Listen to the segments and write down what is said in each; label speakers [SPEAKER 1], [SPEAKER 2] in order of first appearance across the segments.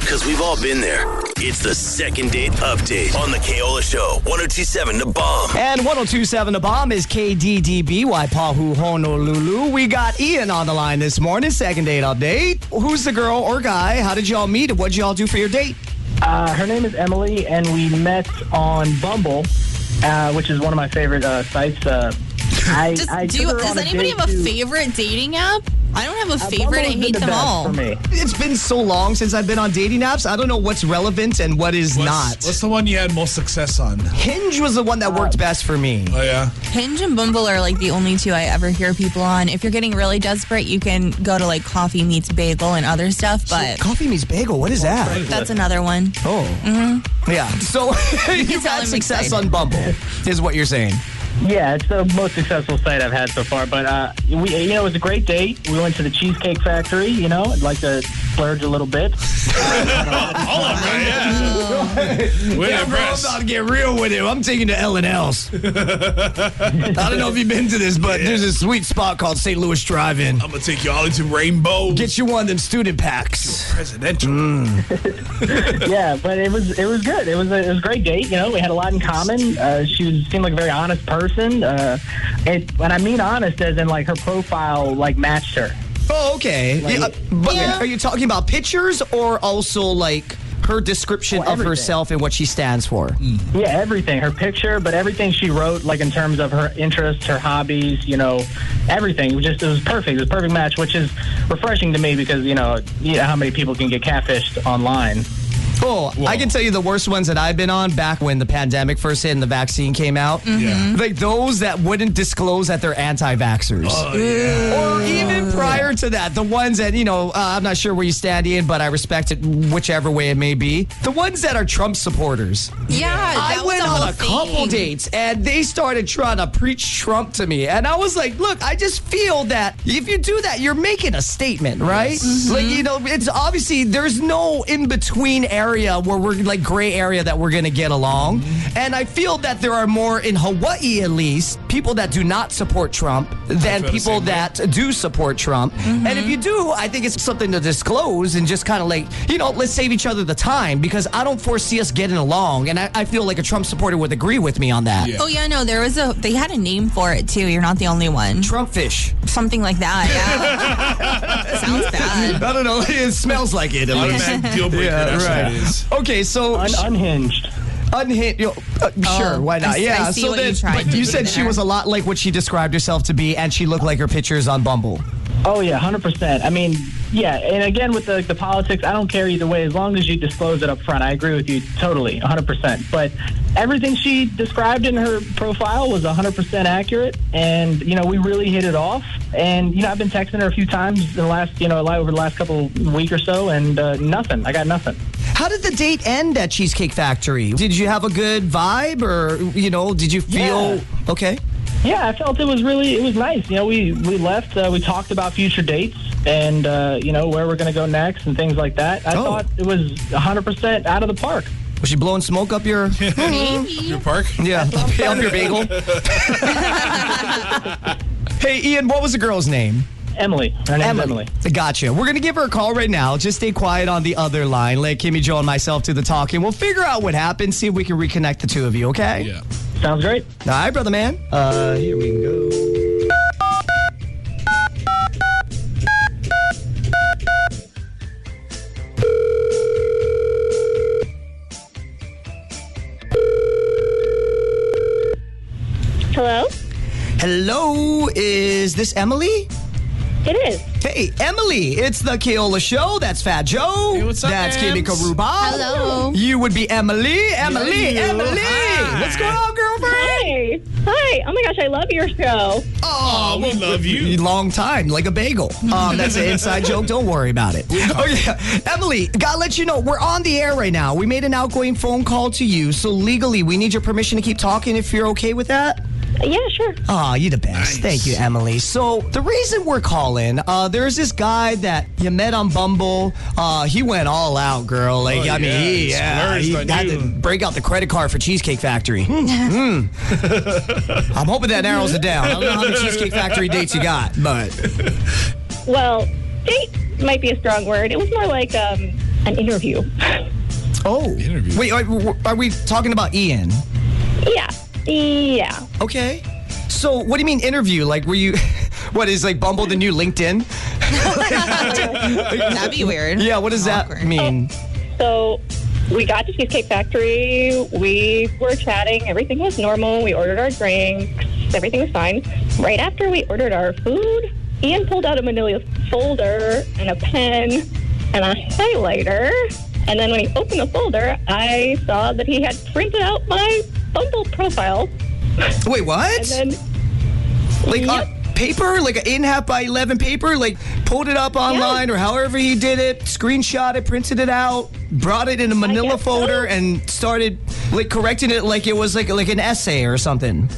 [SPEAKER 1] because we've all been there. It's the second date update on the Kaola Show, 1027 The Bomb.
[SPEAKER 2] And 1027 The Bomb is KDDBY Pahu Honolulu. We got Ian on the line this morning. Second date update. Who's the girl or guy? How did y'all meet? What'd y'all do for your date?
[SPEAKER 3] Uh, her name is Emily, and we met on Bumble, uh, which is one of my favorite uh, sites. Uh, I,
[SPEAKER 4] Just,
[SPEAKER 3] I
[SPEAKER 4] do
[SPEAKER 3] took
[SPEAKER 4] you,
[SPEAKER 3] her
[SPEAKER 4] does
[SPEAKER 3] on a
[SPEAKER 4] anybody
[SPEAKER 3] date
[SPEAKER 4] have a
[SPEAKER 3] to-
[SPEAKER 4] favorite dating app? I don't have a
[SPEAKER 3] Uh,
[SPEAKER 4] favorite.
[SPEAKER 3] Bumble's
[SPEAKER 4] I
[SPEAKER 3] been
[SPEAKER 4] hate
[SPEAKER 3] the
[SPEAKER 4] them
[SPEAKER 3] best
[SPEAKER 4] all.
[SPEAKER 3] For me.
[SPEAKER 2] It's been so long since I've been on dating apps. I don't know what's relevant and what is
[SPEAKER 5] What's-
[SPEAKER 2] not.
[SPEAKER 5] What's the one you had most success on?
[SPEAKER 2] Hinge was the one that worked best for me.
[SPEAKER 5] Oh yeah,
[SPEAKER 4] Hinge and Bumble are like the only two I ever hear people on. If you're getting really desperate, you can go to like Coffee Meets Bagel and other stuff, but
[SPEAKER 2] Coffee meets bagel. What
[SPEAKER 5] Oh,
[SPEAKER 2] is that?
[SPEAKER 4] that's another one.
[SPEAKER 2] Oh, yeah. So
[SPEAKER 4] can
[SPEAKER 2] you've
[SPEAKER 4] Mm-hmm. tell
[SPEAKER 2] had
[SPEAKER 4] I'm
[SPEAKER 2] success
[SPEAKER 4] excited.
[SPEAKER 2] on Bumble, is what you're saying.
[SPEAKER 3] Yeah, it's the most successful site I've had so far. But uh, we, you know, it was a great date. We went to the Cheesecake Factory. You know, I'd like to splurge a little bit.
[SPEAKER 5] Oh, we're
[SPEAKER 2] Yeah, bro, I'm
[SPEAKER 5] impressed.
[SPEAKER 2] about to get real with it. I'm taking to L and L's. I don't know if you've been to this, but there's a sweet spot called St. Louis Drive-In.
[SPEAKER 5] I'm gonna take you all into Rainbow
[SPEAKER 2] Get Mm. you one of them student packs.
[SPEAKER 5] Presidential.
[SPEAKER 3] yeah, but it was it was good. It was a, it was a great date. You know, we had a lot in common. Uh, she was, seemed like a very honest person. Uh, it, when I mean honest, as in like her profile like matched her.
[SPEAKER 2] Oh, okay.
[SPEAKER 3] Like-
[SPEAKER 2] Yeah, uh, but
[SPEAKER 4] Yeah.
[SPEAKER 2] are you talking about pictures or also like her description
[SPEAKER 3] Well,
[SPEAKER 2] of
[SPEAKER 3] everything.
[SPEAKER 2] herself and what she stands for?
[SPEAKER 3] Yeah, everything. Her picture, but everything she wrote, like in terms of her interests, her hobbies, you know, everything. It was just it was perfect. It was a perfect match, which is refreshing to me because you know, you know how many people can get catfished online.
[SPEAKER 2] Oh, I can tell you the worst ones that I've been on back when the pandemic first hit and the vaccine came out.
[SPEAKER 5] Yeah.
[SPEAKER 2] Like those that wouldn't disclose that they're anti-vaxxers.
[SPEAKER 5] Oh, yeah.
[SPEAKER 2] Or
[SPEAKER 4] Oh,
[SPEAKER 2] even prior to that, the ones that, you know, uh, I'm not sure where you stand in, but I respect it whichever way it may be. The ones that are Trump supporters.
[SPEAKER 4] Yeah, that
[SPEAKER 2] I
[SPEAKER 4] was
[SPEAKER 2] went
[SPEAKER 4] a
[SPEAKER 2] on
[SPEAKER 4] whole
[SPEAKER 2] a couple
[SPEAKER 4] thing.
[SPEAKER 2] dates and they started trying to preach Trump to me. And I was like, look, I just feel that if you do that, you're making a statement, right?
[SPEAKER 4] Mm-hmm.
[SPEAKER 2] Like, you know, it's obviously there's no in between area where we're like gray area that we're going to get along.
[SPEAKER 4] Mm-hmm.
[SPEAKER 2] And I feel that there are more in Hawaii, at least, people that do not support Trump than
[SPEAKER 5] feel the
[SPEAKER 2] people
[SPEAKER 5] same way.
[SPEAKER 2] that do support Trump. And
[SPEAKER 4] Mm-hmm.
[SPEAKER 2] if you do, I think it's something to disclose and just kind of like, you know, let's save each other the time because I don't foresee us getting along. And I, I feel like a Trump supporter would agree with me on that.
[SPEAKER 5] Yeah.
[SPEAKER 4] Oh yeah, no, there was a they had a name for it too. You're not the only one.
[SPEAKER 2] Trump fish.
[SPEAKER 4] Something like that. Yeah. Sounds
[SPEAKER 2] I
[SPEAKER 4] bad.
[SPEAKER 2] don't know. It smells like it. At least.
[SPEAKER 5] Automatic deal breaker.
[SPEAKER 2] Yeah,
[SPEAKER 5] that's
[SPEAKER 2] right.
[SPEAKER 5] what it is.
[SPEAKER 2] Okay, so
[SPEAKER 3] Un- unhinged.
[SPEAKER 2] unhit. You know, uh, sure, why
[SPEAKER 4] Oh, I
[SPEAKER 2] not?
[SPEAKER 4] see-
[SPEAKER 2] yeah.
[SPEAKER 4] I see
[SPEAKER 2] so
[SPEAKER 4] what
[SPEAKER 2] then,
[SPEAKER 4] you tried
[SPEAKER 2] but
[SPEAKER 4] to
[SPEAKER 2] you
[SPEAKER 4] do
[SPEAKER 2] said she
[SPEAKER 4] there.
[SPEAKER 2] was a lot like what she described herself to be, and she looked like her pictures on Bumble.
[SPEAKER 3] Oh yeah, hundred percent. I mean, yeah, and again with the, the politics, I don't care either way as long as you disclose it up front. I agree with you totally, hundred percent. But everything she described in her profile was hundred percent accurate, and you know we really hit it off. And you know I've been texting her a few times in the last you know like over the last couple week or so, and uh, nothing. I got nothing.
[SPEAKER 2] How did the date end at Cheesecake Factory? Did you have a good vibe, or you know, did you feel okay?
[SPEAKER 3] Yeah, I felt it was really it was nice. You know, we we left, uh, we talked about future dates and uh, you know where we're going to go next and things like that. I
[SPEAKER 2] Oh.
[SPEAKER 3] thought it was 100% out of the park.
[SPEAKER 2] Was she blowing smoke up your
[SPEAKER 5] Your park.
[SPEAKER 2] yeah up, up your bagel? hey, Ian, what was the girl's name?
[SPEAKER 3] Emily. Her name's Emily.
[SPEAKER 2] Gotcha. We're going to give her a call right now. Just stay quiet on the other line. Let Kimmy Joe and myself do the talking. We'll figure out what happened, see if we can reconnect the two of you, okay?
[SPEAKER 5] Yeah.
[SPEAKER 3] Sounds great.
[SPEAKER 2] All right, brother man. Uh, here we go.
[SPEAKER 6] Hello?
[SPEAKER 2] Hello, is this Emily?
[SPEAKER 6] It is.
[SPEAKER 2] Hey, Emily, it's the Keola Show. That's Fat Joe.
[SPEAKER 5] Hey, what's up,
[SPEAKER 2] That's Kimmy
[SPEAKER 5] Ems?
[SPEAKER 2] Karuba.
[SPEAKER 4] Hello.
[SPEAKER 2] You would be Emily. Emily,
[SPEAKER 5] you.
[SPEAKER 2] Emily.
[SPEAKER 5] Hi.
[SPEAKER 2] What's going on, girlfriend?
[SPEAKER 6] Hi. Hi. Oh my gosh, I love your show.
[SPEAKER 5] Oh, we love you.
[SPEAKER 2] Long time, like a bagel. Um, that's an inside joke. Don't worry about it. Oh yeah, Emily, gotta let you know we're on the air right now. We made an outgoing phone call to you, so legally we need your permission to keep talking. If you're okay with that.
[SPEAKER 6] Yeah, sure.
[SPEAKER 2] Oh, you the best.
[SPEAKER 5] Nice.
[SPEAKER 2] Thank you, Emily. So the reason we're calling, uh, there's this guy that you met on Bumble. Uh, he went all out, girl. Like
[SPEAKER 5] Oh,
[SPEAKER 2] I mean,
[SPEAKER 5] yeah,
[SPEAKER 2] he,
[SPEAKER 5] he
[SPEAKER 2] yeah,
[SPEAKER 5] splurged
[SPEAKER 2] he
[SPEAKER 5] on
[SPEAKER 2] had
[SPEAKER 5] you.
[SPEAKER 2] to break out the credit card for Cheesecake Factory. Mm, mm. I'm hoping that narrows it down. I don't know how many Cheesecake Factory dates you got, but
[SPEAKER 6] Well, date might be a strong word. It was more like um, an interview.
[SPEAKER 2] Oh,
[SPEAKER 5] Interview.
[SPEAKER 2] wait, are, are we talking about Ian?
[SPEAKER 6] yeah. Yeah.
[SPEAKER 2] Okay. So, what do you mean interview? Like, were you? What is like Bumble the new LinkedIn?
[SPEAKER 4] That'd be weird.
[SPEAKER 2] Yeah. What does that
[SPEAKER 4] Awkward.
[SPEAKER 2] mean?
[SPEAKER 6] Oh. So we got to Cheesecake Factory. We were chatting. Everything was normal. We ordered our drinks. Everything was fine. Right after we ordered our food, Ian pulled out a manila folder and a pen and a highlighter. And then when he opened the folder, I saw that he had printed out my Bumble profile.
[SPEAKER 2] Wait, what?
[SPEAKER 6] And then,
[SPEAKER 2] like on
[SPEAKER 6] Yep.
[SPEAKER 2] paper, like an in half by eleven paper, like pulled it up online or however he did it, screenshot it, printed it out, brought it in a Manila
[SPEAKER 6] guess so.
[SPEAKER 2] folder, and started like correcting it like it was like like an essay or something.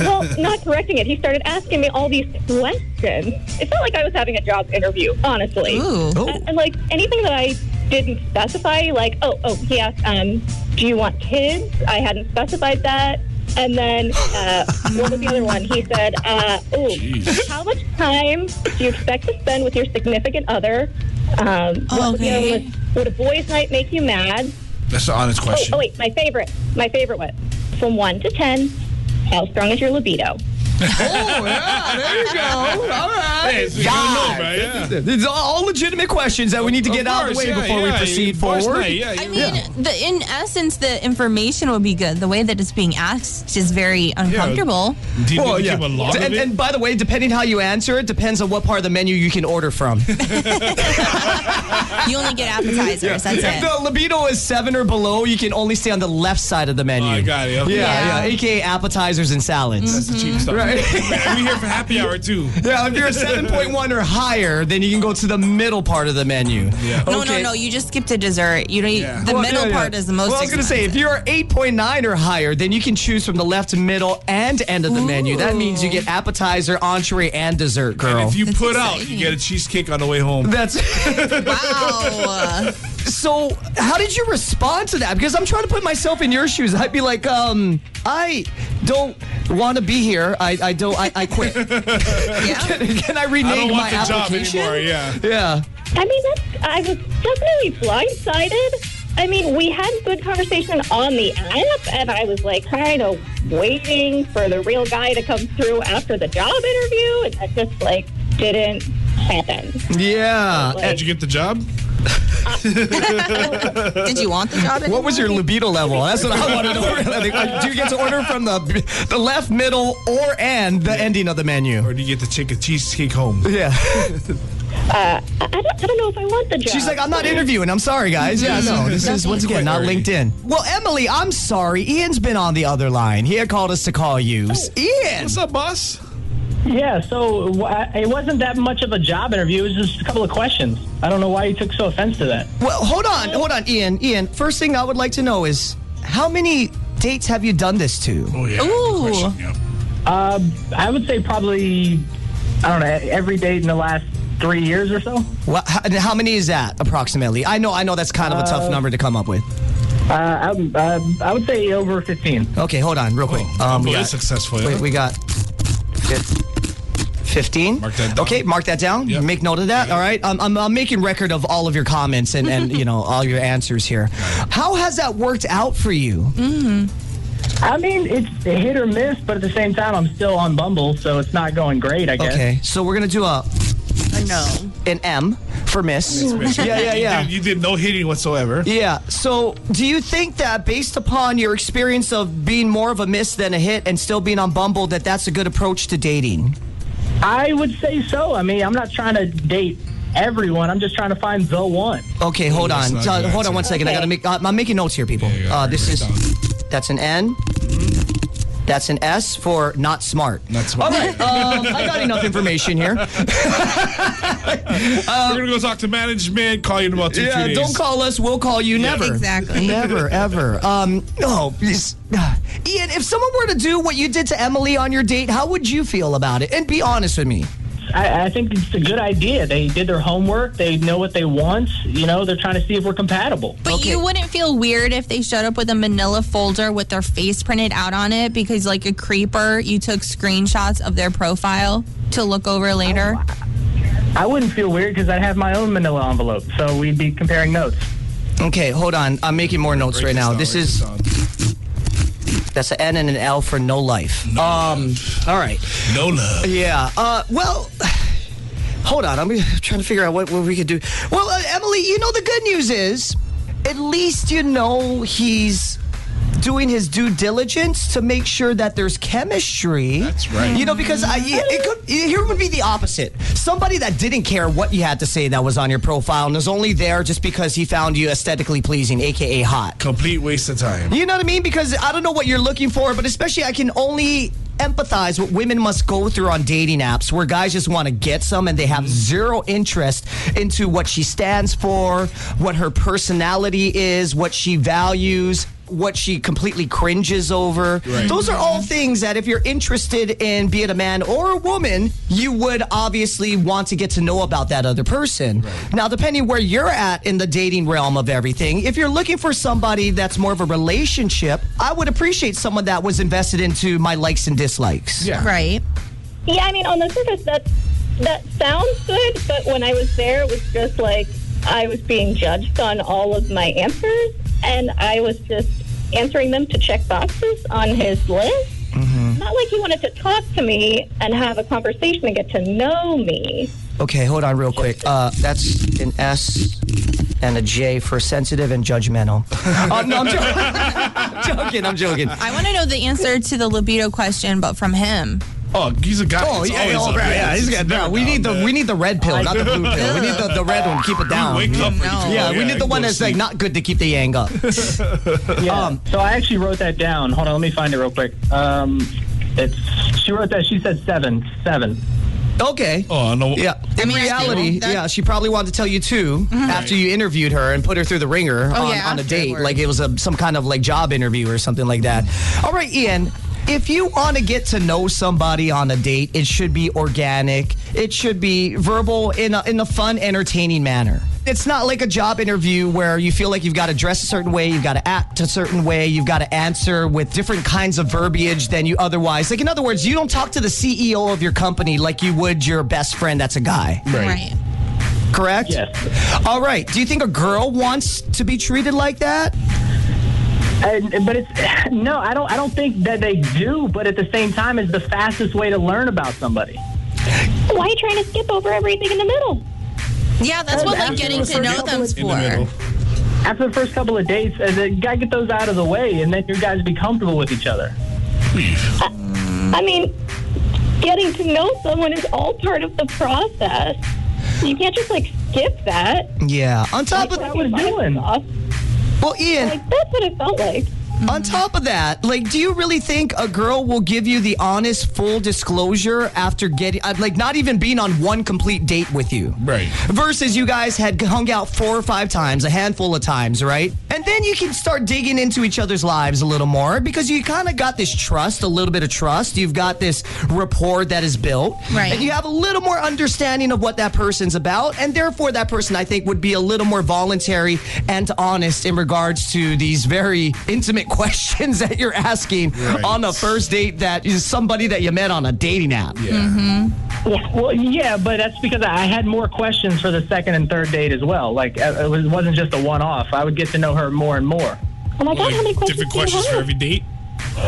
[SPEAKER 6] well, not correcting it, he started asking me all these questions. It felt like I was having a job interview, honestly.
[SPEAKER 4] Ooh.
[SPEAKER 2] Oh.
[SPEAKER 6] And like anything that I didn't specify, like oh oh he asked, um, do you want kids? I hadn't specified that. And then uh, what was the other one? He said, uh, oh, how much time do you expect to spend with your significant other? Um, what was the other
[SPEAKER 4] Okay.
[SPEAKER 6] one? Would a boys' night make you mad?
[SPEAKER 5] That's an honest
[SPEAKER 6] Oh,
[SPEAKER 5] question.
[SPEAKER 6] oh wait, my favorite, my favorite one. From one to ten, how strong is your libido?
[SPEAKER 2] there you go. All right.
[SPEAKER 5] Hey, so you don't know, right? Yeah.
[SPEAKER 2] These are all legitimate questions that we need to
[SPEAKER 5] Of
[SPEAKER 2] get out of the
[SPEAKER 5] course,
[SPEAKER 2] way
[SPEAKER 5] yeah,
[SPEAKER 2] before we
[SPEAKER 5] yeah,
[SPEAKER 2] proceed
[SPEAKER 5] of course
[SPEAKER 2] forward.
[SPEAKER 5] not, yeah,
[SPEAKER 4] I
[SPEAKER 5] you're
[SPEAKER 4] mean,
[SPEAKER 5] right.
[SPEAKER 4] the in essence, the information would be good. The way that it's being asked is very uncomfortable.
[SPEAKER 5] do you
[SPEAKER 2] Well,
[SPEAKER 5] need to
[SPEAKER 2] yeah.
[SPEAKER 5] keep a log of
[SPEAKER 2] And,
[SPEAKER 5] it?
[SPEAKER 2] and by the way, depending how you answer it, depends on what part of the menu you can order from.
[SPEAKER 4] You only get appetizers. That's
[SPEAKER 2] If
[SPEAKER 4] it.
[SPEAKER 2] the libido is seven or below, you can only stay on the left side of the menu.
[SPEAKER 5] Oh, I got it. Okay.
[SPEAKER 2] Yeah, yeah,
[SPEAKER 4] Yeah.
[SPEAKER 2] aka appetizers and salads.
[SPEAKER 5] That's the cheap stuff.
[SPEAKER 2] Right.
[SPEAKER 5] Man, we here for happy hour too.
[SPEAKER 2] Yeah, if you're a 7.1 or higher, then you can go to the middle part of the menu.
[SPEAKER 5] Yeah.
[SPEAKER 4] No,
[SPEAKER 2] Okay.
[SPEAKER 4] no, no. You just skipped a dessert. You don't. e-,
[SPEAKER 5] Yeah.
[SPEAKER 4] The
[SPEAKER 2] Well,
[SPEAKER 4] middle
[SPEAKER 2] yeah, yeah.
[SPEAKER 4] part is the most.
[SPEAKER 2] Well, I was going to say, if
[SPEAKER 4] expensive.
[SPEAKER 2] you're 8.9 or higher, then you can choose from the left, middle, and end of the menu. That means you get appetizer, entree, and dessert, girl.
[SPEAKER 5] If you
[SPEAKER 4] That's
[SPEAKER 5] put out,
[SPEAKER 4] exciting.
[SPEAKER 5] you get a cheesecake on the way home.
[SPEAKER 2] That's.
[SPEAKER 4] wow.
[SPEAKER 2] So, how did you respond to that? Because I'm trying to put myself in your shoes. I'd be like, um, I don't want to be here. I, I don't. I, I quit.
[SPEAKER 4] Yeah.
[SPEAKER 2] can, can I
[SPEAKER 5] I
[SPEAKER 2] rename
[SPEAKER 5] don't
[SPEAKER 2] my
[SPEAKER 5] want the job
[SPEAKER 2] application?
[SPEAKER 5] anymore. Yeah.
[SPEAKER 2] Yeah.
[SPEAKER 6] I mean, that's, I was definitely blindsided. I mean, we had a good conversation on the app, and I was like kind of waiting for the real guy to come through after the job interview, and that just like didn't happen.
[SPEAKER 2] Yeah.
[SPEAKER 6] Like,
[SPEAKER 5] Did you get the job?
[SPEAKER 4] Did you want the job?
[SPEAKER 2] What was your libido level? That's what I want to know. Like, like, do you get to order from the the left, middle, or and the ending of the menu?
[SPEAKER 5] Or do you get to take a cheesecake home?
[SPEAKER 2] Yeah.
[SPEAKER 6] I, I don't, I don't know if I want the job.
[SPEAKER 2] She's like, I'm not interviewing. I'm sorry, guys. Yeah, no, this is once again not
[SPEAKER 5] Quite
[SPEAKER 2] LinkedIn. Well, Emily, I'm sorry. Ian's been on the other line. He had called us to call you. Ian.
[SPEAKER 5] What's up, boss?
[SPEAKER 3] Yeah, so wh- I- it wasn't that much of a job interview. It was just a couple of questions. I don't know why you took so offense to that.
[SPEAKER 2] Well, hold on, hold on, Ian. Ian, first thing I would like to know is how many dates have you done this to?
[SPEAKER 5] Oh yeah. good
[SPEAKER 4] Ooh.
[SPEAKER 5] question, yeah.
[SPEAKER 3] Um, I would say probably, I don't know, every date in the last three years or so.
[SPEAKER 2] Well, how, and how many is that approximately? I know, I know that's kind of a tough number to come up with.
[SPEAKER 3] Uh, I, would- uh, I would say over 15.
[SPEAKER 2] Okay, hold on, real quick.
[SPEAKER 5] Um,
[SPEAKER 2] we
[SPEAKER 5] yeah,
[SPEAKER 2] got-
[SPEAKER 5] successful.
[SPEAKER 2] wait, we got fif- 15.
[SPEAKER 5] Mark that down.
[SPEAKER 2] Okay, mark that down.
[SPEAKER 5] Yep.
[SPEAKER 2] Make note of that. All right. Um, I'm, I'm making record of all of your comments and, and you know all your answers here. How has that worked out for you?
[SPEAKER 3] I mean, it's hit or miss, but at the same time, I'm still on Bumble, so it's not going great, I guess.
[SPEAKER 2] Okay, so we're gonna do a
[SPEAKER 4] No.
[SPEAKER 2] an M for miss. yeah, yeah, yeah.
[SPEAKER 5] You, did, you did no hitting whatsoever.
[SPEAKER 2] Yeah. So, do you think that based upon your experience of being more of a miss than a hit and still being on Bumble, that that's a good approach to dating?
[SPEAKER 3] I would say so. I mean, I'm not trying to date everyone. I'm just trying to find the one.
[SPEAKER 2] Okay, hold
[SPEAKER 5] that's
[SPEAKER 2] on.
[SPEAKER 5] not
[SPEAKER 2] Uh,
[SPEAKER 5] good.
[SPEAKER 2] hold on one second. I gotta make. Uh, I'm making notes here, people.
[SPEAKER 5] yeah,
[SPEAKER 2] uh,
[SPEAKER 5] write
[SPEAKER 2] this
[SPEAKER 5] it
[SPEAKER 2] is. That's an N. That's an S for not smart.
[SPEAKER 5] Not smart.
[SPEAKER 2] All right. Um, I got enough information here.
[SPEAKER 5] We're gonna go talk to management. Call you in about two,
[SPEAKER 2] Yeah.
[SPEAKER 5] three days.
[SPEAKER 2] Don't call us. We'll call you. Never.
[SPEAKER 4] Exactly.
[SPEAKER 2] Never ever. Um. No. it's- uh, Ian, if someone were to do what you did to Emily on your date, how would you feel about it? And be honest with me.
[SPEAKER 3] I, I think it's a good idea. They did their homework. They know what they want. You know, they're trying to see if we're compatible.
[SPEAKER 4] But
[SPEAKER 2] Okay.
[SPEAKER 4] you wouldn't feel weird if they showed up with a manila folder with their face printed out on it because, like a creeper, you took screenshots of their profile to look over later.
[SPEAKER 3] I wouldn't feel weird because I'd have my own manila envelope, so we'd be comparing notes.
[SPEAKER 2] Okay, hold on. I'm making more notes right now. This is that's an N and an L for no life. Um, all right.
[SPEAKER 5] no love.
[SPEAKER 2] Yeah. Uh, well, hold on. I'm trying to figure out what, what we could do. Well, uh, Emily, you know the good news is, at least you know he's doing his due diligence to make sure that there's chemistry.
[SPEAKER 5] That's right.
[SPEAKER 2] You know, because I, it could here would be the opposite. Somebody that didn't care what you had to say that was on your profile and was only there just because he found you aesthetically pleasing, aka hot.
[SPEAKER 5] Complete waste of time.
[SPEAKER 2] You know what I mean? Because I don't know what you're looking for, but especially I can only empathize what women must go through on dating apps where guys just want to get some and they have zero interest into what she stands for, what her personality is, what she values. What she completely cringes over.
[SPEAKER 5] Right.
[SPEAKER 2] Those are all things that, if you're interested in be it a man or a woman, you would obviously want to get to know about that other person. Now, depending where you're at in the dating realm of everything, if you're looking for somebody that's more of a relationship, I would appreciate someone that was invested into my likes and dislikes.
[SPEAKER 5] Yeah.
[SPEAKER 4] Right.
[SPEAKER 6] Yeah, I mean, on the surface, that that sounds good, but when I was there, it was just like I was being judged on all of my answers, and I was just answering them to check boxes on his list.
[SPEAKER 3] Mm-hmm.
[SPEAKER 6] Not like he wanted to talk to me and have a conversation and get to know me.
[SPEAKER 2] Okay, hold on real quick. Uh, that's an S and a J for sensitive and judgmental. Uh, no, I'm joking. joking. I'm joking.
[SPEAKER 4] I want to know the answer to the libido question, but from him.
[SPEAKER 5] Oh, he's a guy.
[SPEAKER 2] Oh,
[SPEAKER 5] that's
[SPEAKER 2] yeah, yeah,
[SPEAKER 5] always
[SPEAKER 2] oh,
[SPEAKER 5] up
[SPEAKER 2] right,
[SPEAKER 5] there.
[SPEAKER 2] yeah, he's
[SPEAKER 5] It's
[SPEAKER 2] got-
[SPEAKER 5] never
[SPEAKER 2] no, we
[SPEAKER 5] down
[SPEAKER 2] need the
[SPEAKER 5] there.
[SPEAKER 2] we need the red pill, not the blue pill. We need the, the red one. Keep it down.
[SPEAKER 5] Wake up.
[SPEAKER 4] No.
[SPEAKER 5] when you-
[SPEAKER 2] Yeah, we need the one
[SPEAKER 5] go to
[SPEAKER 2] that's like
[SPEAKER 5] sleep.
[SPEAKER 2] not good to keep the yang up.
[SPEAKER 3] Yeah.
[SPEAKER 2] Um,
[SPEAKER 3] so I actually wrote that down. Hold on, let me find it real quick. Um, it's she wrote that. She said seven, seven.
[SPEAKER 2] Okay.
[SPEAKER 5] Oh, no.
[SPEAKER 2] Yeah. In
[SPEAKER 4] I mean, I
[SPEAKER 2] reality,
[SPEAKER 4] think that-
[SPEAKER 2] yeah, she probably wanted to tell you too after you interviewed her and put her through the ringer
[SPEAKER 4] Oh,
[SPEAKER 2] on,
[SPEAKER 4] yeah,
[SPEAKER 2] on a date.
[SPEAKER 4] afterwards.
[SPEAKER 2] Like it was a, some kind of like job interview or something like that. All right, Ian. If you want to get to know somebody on a date, it should be organic. It should be verbal in a, in a fun, entertaining manner. It's not like a job interview where you feel like you've got to dress a certain way, you've got to act a certain way, you've got to answer with different kinds of verbiage than you otherwise. Like in other words, you don't talk to the CEO of your company like you would your best friend that's a guy
[SPEAKER 4] Right.
[SPEAKER 2] correct?
[SPEAKER 3] Yes.
[SPEAKER 2] All right. Do you think a girl wants to be treated like that?
[SPEAKER 3] And, but it's no, I don't. I don't think that they do. But at the same time, it's the fastest way to learn about somebody.
[SPEAKER 6] Why are you trying to skip over everything in the middle?
[SPEAKER 4] Yeah, that's what like getting to know them's
[SPEAKER 5] In the middle.
[SPEAKER 4] for.
[SPEAKER 3] After the first couple of dates, uh, you gotta get those out of the way, and then you guys be comfortable with each other.
[SPEAKER 6] I mean, getting to know someone is all part of the process. You can't just like skip that.
[SPEAKER 2] Yeah. On top
[SPEAKER 6] Like,
[SPEAKER 2] of
[SPEAKER 3] was doing.
[SPEAKER 6] Like,
[SPEAKER 2] well, Ian.
[SPEAKER 6] that's what it felt like.
[SPEAKER 2] On top of that, like, do you really think a girl will give you the honest, full disclosure after getting, uh, like, not even being on one complete date with you?
[SPEAKER 5] Right.
[SPEAKER 2] Versus you guys had hung out four or five times, a handful of times, right? And then you can start digging into each other's lives a little more because you kind of got this trust, a little bit of trust. You've got this rapport that is built.
[SPEAKER 4] Right.
[SPEAKER 2] And you have a little more understanding of what that person's about. And therefore, that person, I think, would be a little more voluntary and honest in regards to these very intimate questions that you're asking
[SPEAKER 5] Right.
[SPEAKER 2] on a first date that is somebody that you met on a dating app.
[SPEAKER 5] Yeah.
[SPEAKER 3] Well, yeah, but that's because I had more questions for the second and third date as well. Like uh, it was- wasn't just a one-off. I would get to know her more and more.
[SPEAKER 6] Oh my god, how many
[SPEAKER 5] Like,
[SPEAKER 6] questions?
[SPEAKER 5] different
[SPEAKER 6] do you
[SPEAKER 5] questions for
[SPEAKER 6] have?
[SPEAKER 5] every date.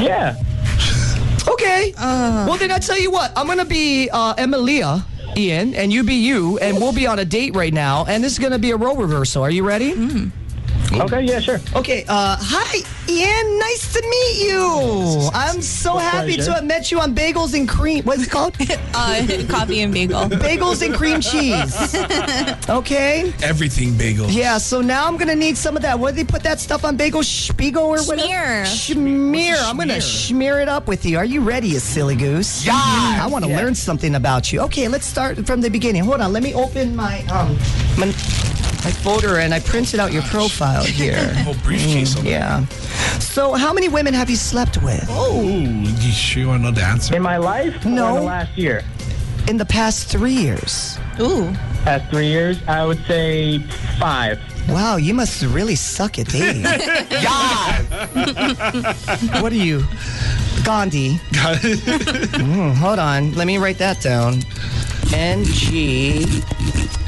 [SPEAKER 3] Yeah.
[SPEAKER 2] Okay. well, then I tell you what, I'm gonna be uh, Emilia, Ian, and you be you, and we'll be on a date right now, and this is gonna be a role reversal. Are you ready?
[SPEAKER 3] Okay. Yeah. Sure.
[SPEAKER 2] Mm-hmm. Okay. Uh, hi, Ian. Nice to meet you. I'm so happy
[SPEAKER 3] pleasure.
[SPEAKER 2] to have met you on Bagels and Cream. What's it called?
[SPEAKER 4] Uh, coffee and bagel.
[SPEAKER 2] Bagels and cream cheese. Okay.
[SPEAKER 5] Everything bagel.
[SPEAKER 2] Yeah. So now I'm gonna need some of that. What do they put that stuff on? Bagel spiegel or whatever.
[SPEAKER 4] Schmear.
[SPEAKER 2] Schmear. I'm gonna schmear it up with you. Are you ready, you silly goose? Yeah. I want to learn something about you. Okay, let's start from the beginning. Hold on, let me open my um my, my folder and I printed out your profile here.
[SPEAKER 5] Whole Oh, briefcase. on that.
[SPEAKER 2] Mm, yeah. So, how many women have you slept with
[SPEAKER 5] Oh, you sure you want to know the answer?
[SPEAKER 3] In my life, or
[SPEAKER 2] No.
[SPEAKER 3] in the last year,
[SPEAKER 2] in the past three years?
[SPEAKER 4] Ooh.
[SPEAKER 3] past three years, I would say five.
[SPEAKER 2] Wow, you must really suck at dating. yeah. what are you, Gandhi? Mm, hold on, let me write that down. N-G.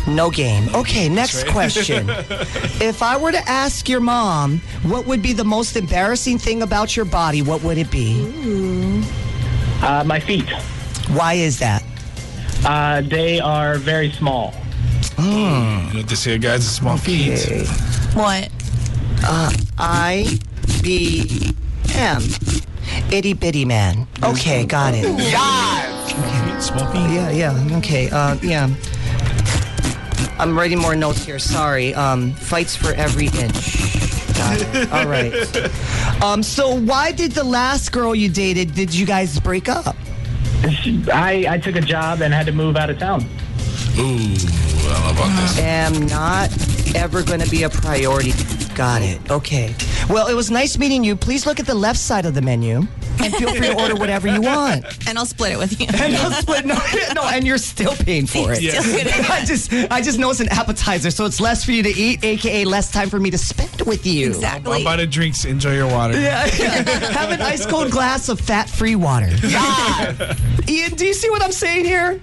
[SPEAKER 2] No game. Okay, next question. if I were to ask your mom what would be the most embarrassing thing about your body, what would it be?
[SPEAKER 3] Uh, my feet.
[SPEAKER 2] Why is that?
[SPEAKER 3] Uh, they are very small.
[SPEAKER 5] You know what they say, guys, it's small feet.
[SPEAKER 4] What?
[SPEAKER 2] I B M. Itty bitty man. Okay, got it.
[SPEAKER 5] Small feet.
[SPEAKER 2] Yeah, yeah. Okay. Uh, yeah. I'm writing more notes here. Sorry. Um, fights for every inch. Got it. All right. Um, so why did the last girl you dated? Did you guys break up?
[SPEAKER 3] I, I took a job and had to move out of town.
[SPEAKER 5] Ooh, I love about this.
[SPEAKER 2] Am not ever going to be a priority. Got it. Okay. Well, it was nice meeting you. Please look at the left side of the menu and feel free to order whatever you want.
[SPEAKER 4] And I'll split it with you.
[SPEAKER 2] And I'll split. No, no, and you're still paying for it.
[SPEAKER 4] Still good.
[SPEAKER 2] I just, I just know it's an appetizer, so it's less for you to eat, aka less time for me to spend with you.
[SPEAKER 5] Well,
[SPEAKER 4] Exactly.
[SPEAKER 5] about the drinks, enjoy your water.
[SPEAKER 2] Yeah, yeah. Have an ice cold glass of fat free water. Ian, do you see what I'm saying here?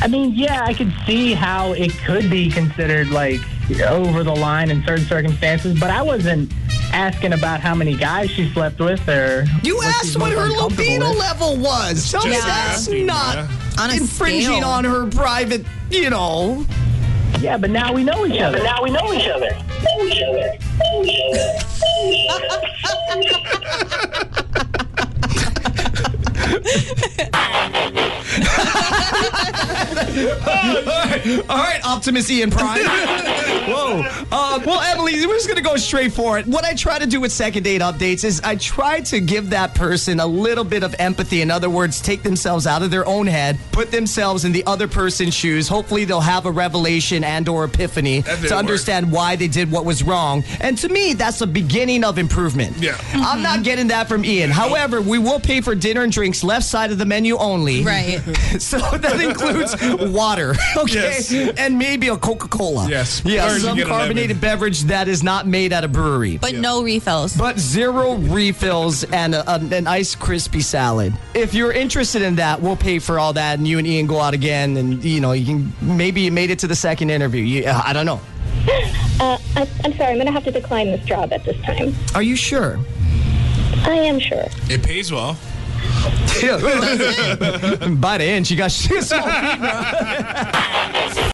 [SPEAKER 3] I mean, yeah, I could see how it could be considered like over the line in certain circumstances, but I wasn't asking about how many guys she slept with or
[SPEAKER 2] You
[SPEAKER 3] what she's
[SPEAKER 2] asked what
[SPEAKER 3] most
[SPEAKER 2] her
[SPEAKER 3] uncomfortable
[SPEAKER 2] libido
[SPEAKER 3] with.
[SPEAKER 2] level was. Tell me
[SPEAKER 4] Just
[SPEAKER 2] that's
[SPEAKER 5] asking,
[SPEAKER 2] not
[SPEAKER 5] yeah.
[SPEAKER 4] On a
[SPEAKER 2] infringing
[SPEAKER 4] scale.
[SPEAKER 2] on her private, you know.
[SPEAKER 3] Yeah, but now we know each other. But now we know each other.
[SPEAKER 2] All right, Optimus Ian Prime. Whoa. Uh, well, Emily, we're just going to go straight for it. What I try to do with second date updates is I try to give that person a little bit of empathy. In other words, take themselves out of their own head, put themselves in the other person's shoes. Hopefully, they'll have a revelation and or epiphany
[SPEAKER 5] That
[SPEAKER 2] to
[SPEAKER 5] didn't
[SPEAKER 2] understand why they did what was wrong. And to me, that's a beginning of improvement.
[SPEAKER 5] Yeah.
[SPEAKER 2] I'm not getting that from Ian. However, we will pay for dinner and drinks left side of the menu only.
[SPEAKER 4] Right.
[SPEAKER 2] So that includes water, okay,
[SPEAKER 5] Yes.
[SPEAKER 2] and maybe a Coca Cola.
[SPEAKER 5] Yes. Or
[SPEAKER 2] yeah,
[SPEAKER 5] you
[SPEAKER 2] some
[SPEAKER 5] get a
[SPEAKER 2] carbonated
[SPEAKER 5] lemon.
[SPEAKER 2] beverage that is not made at a brewery. But,
[SPEAKER 4] But no refills.
[SPEAKER 2] zero refills and a, a- an ice crispy salad. If you're interested in that, we'll pay for all that, and you and Ian go out again, and you know you can maybe you made it to the second interview. You, I don't know.
[SPEAKER 6] Uh, I, I'm sorry, I'm going to have to decline this job at this time.
[SPEAKER 2] Are you sure?
[SPEAKER 6] I am sure.
[SPEAKER 5] It pays well.
[SPEAKER 2] Yeah. By the end, she got shit.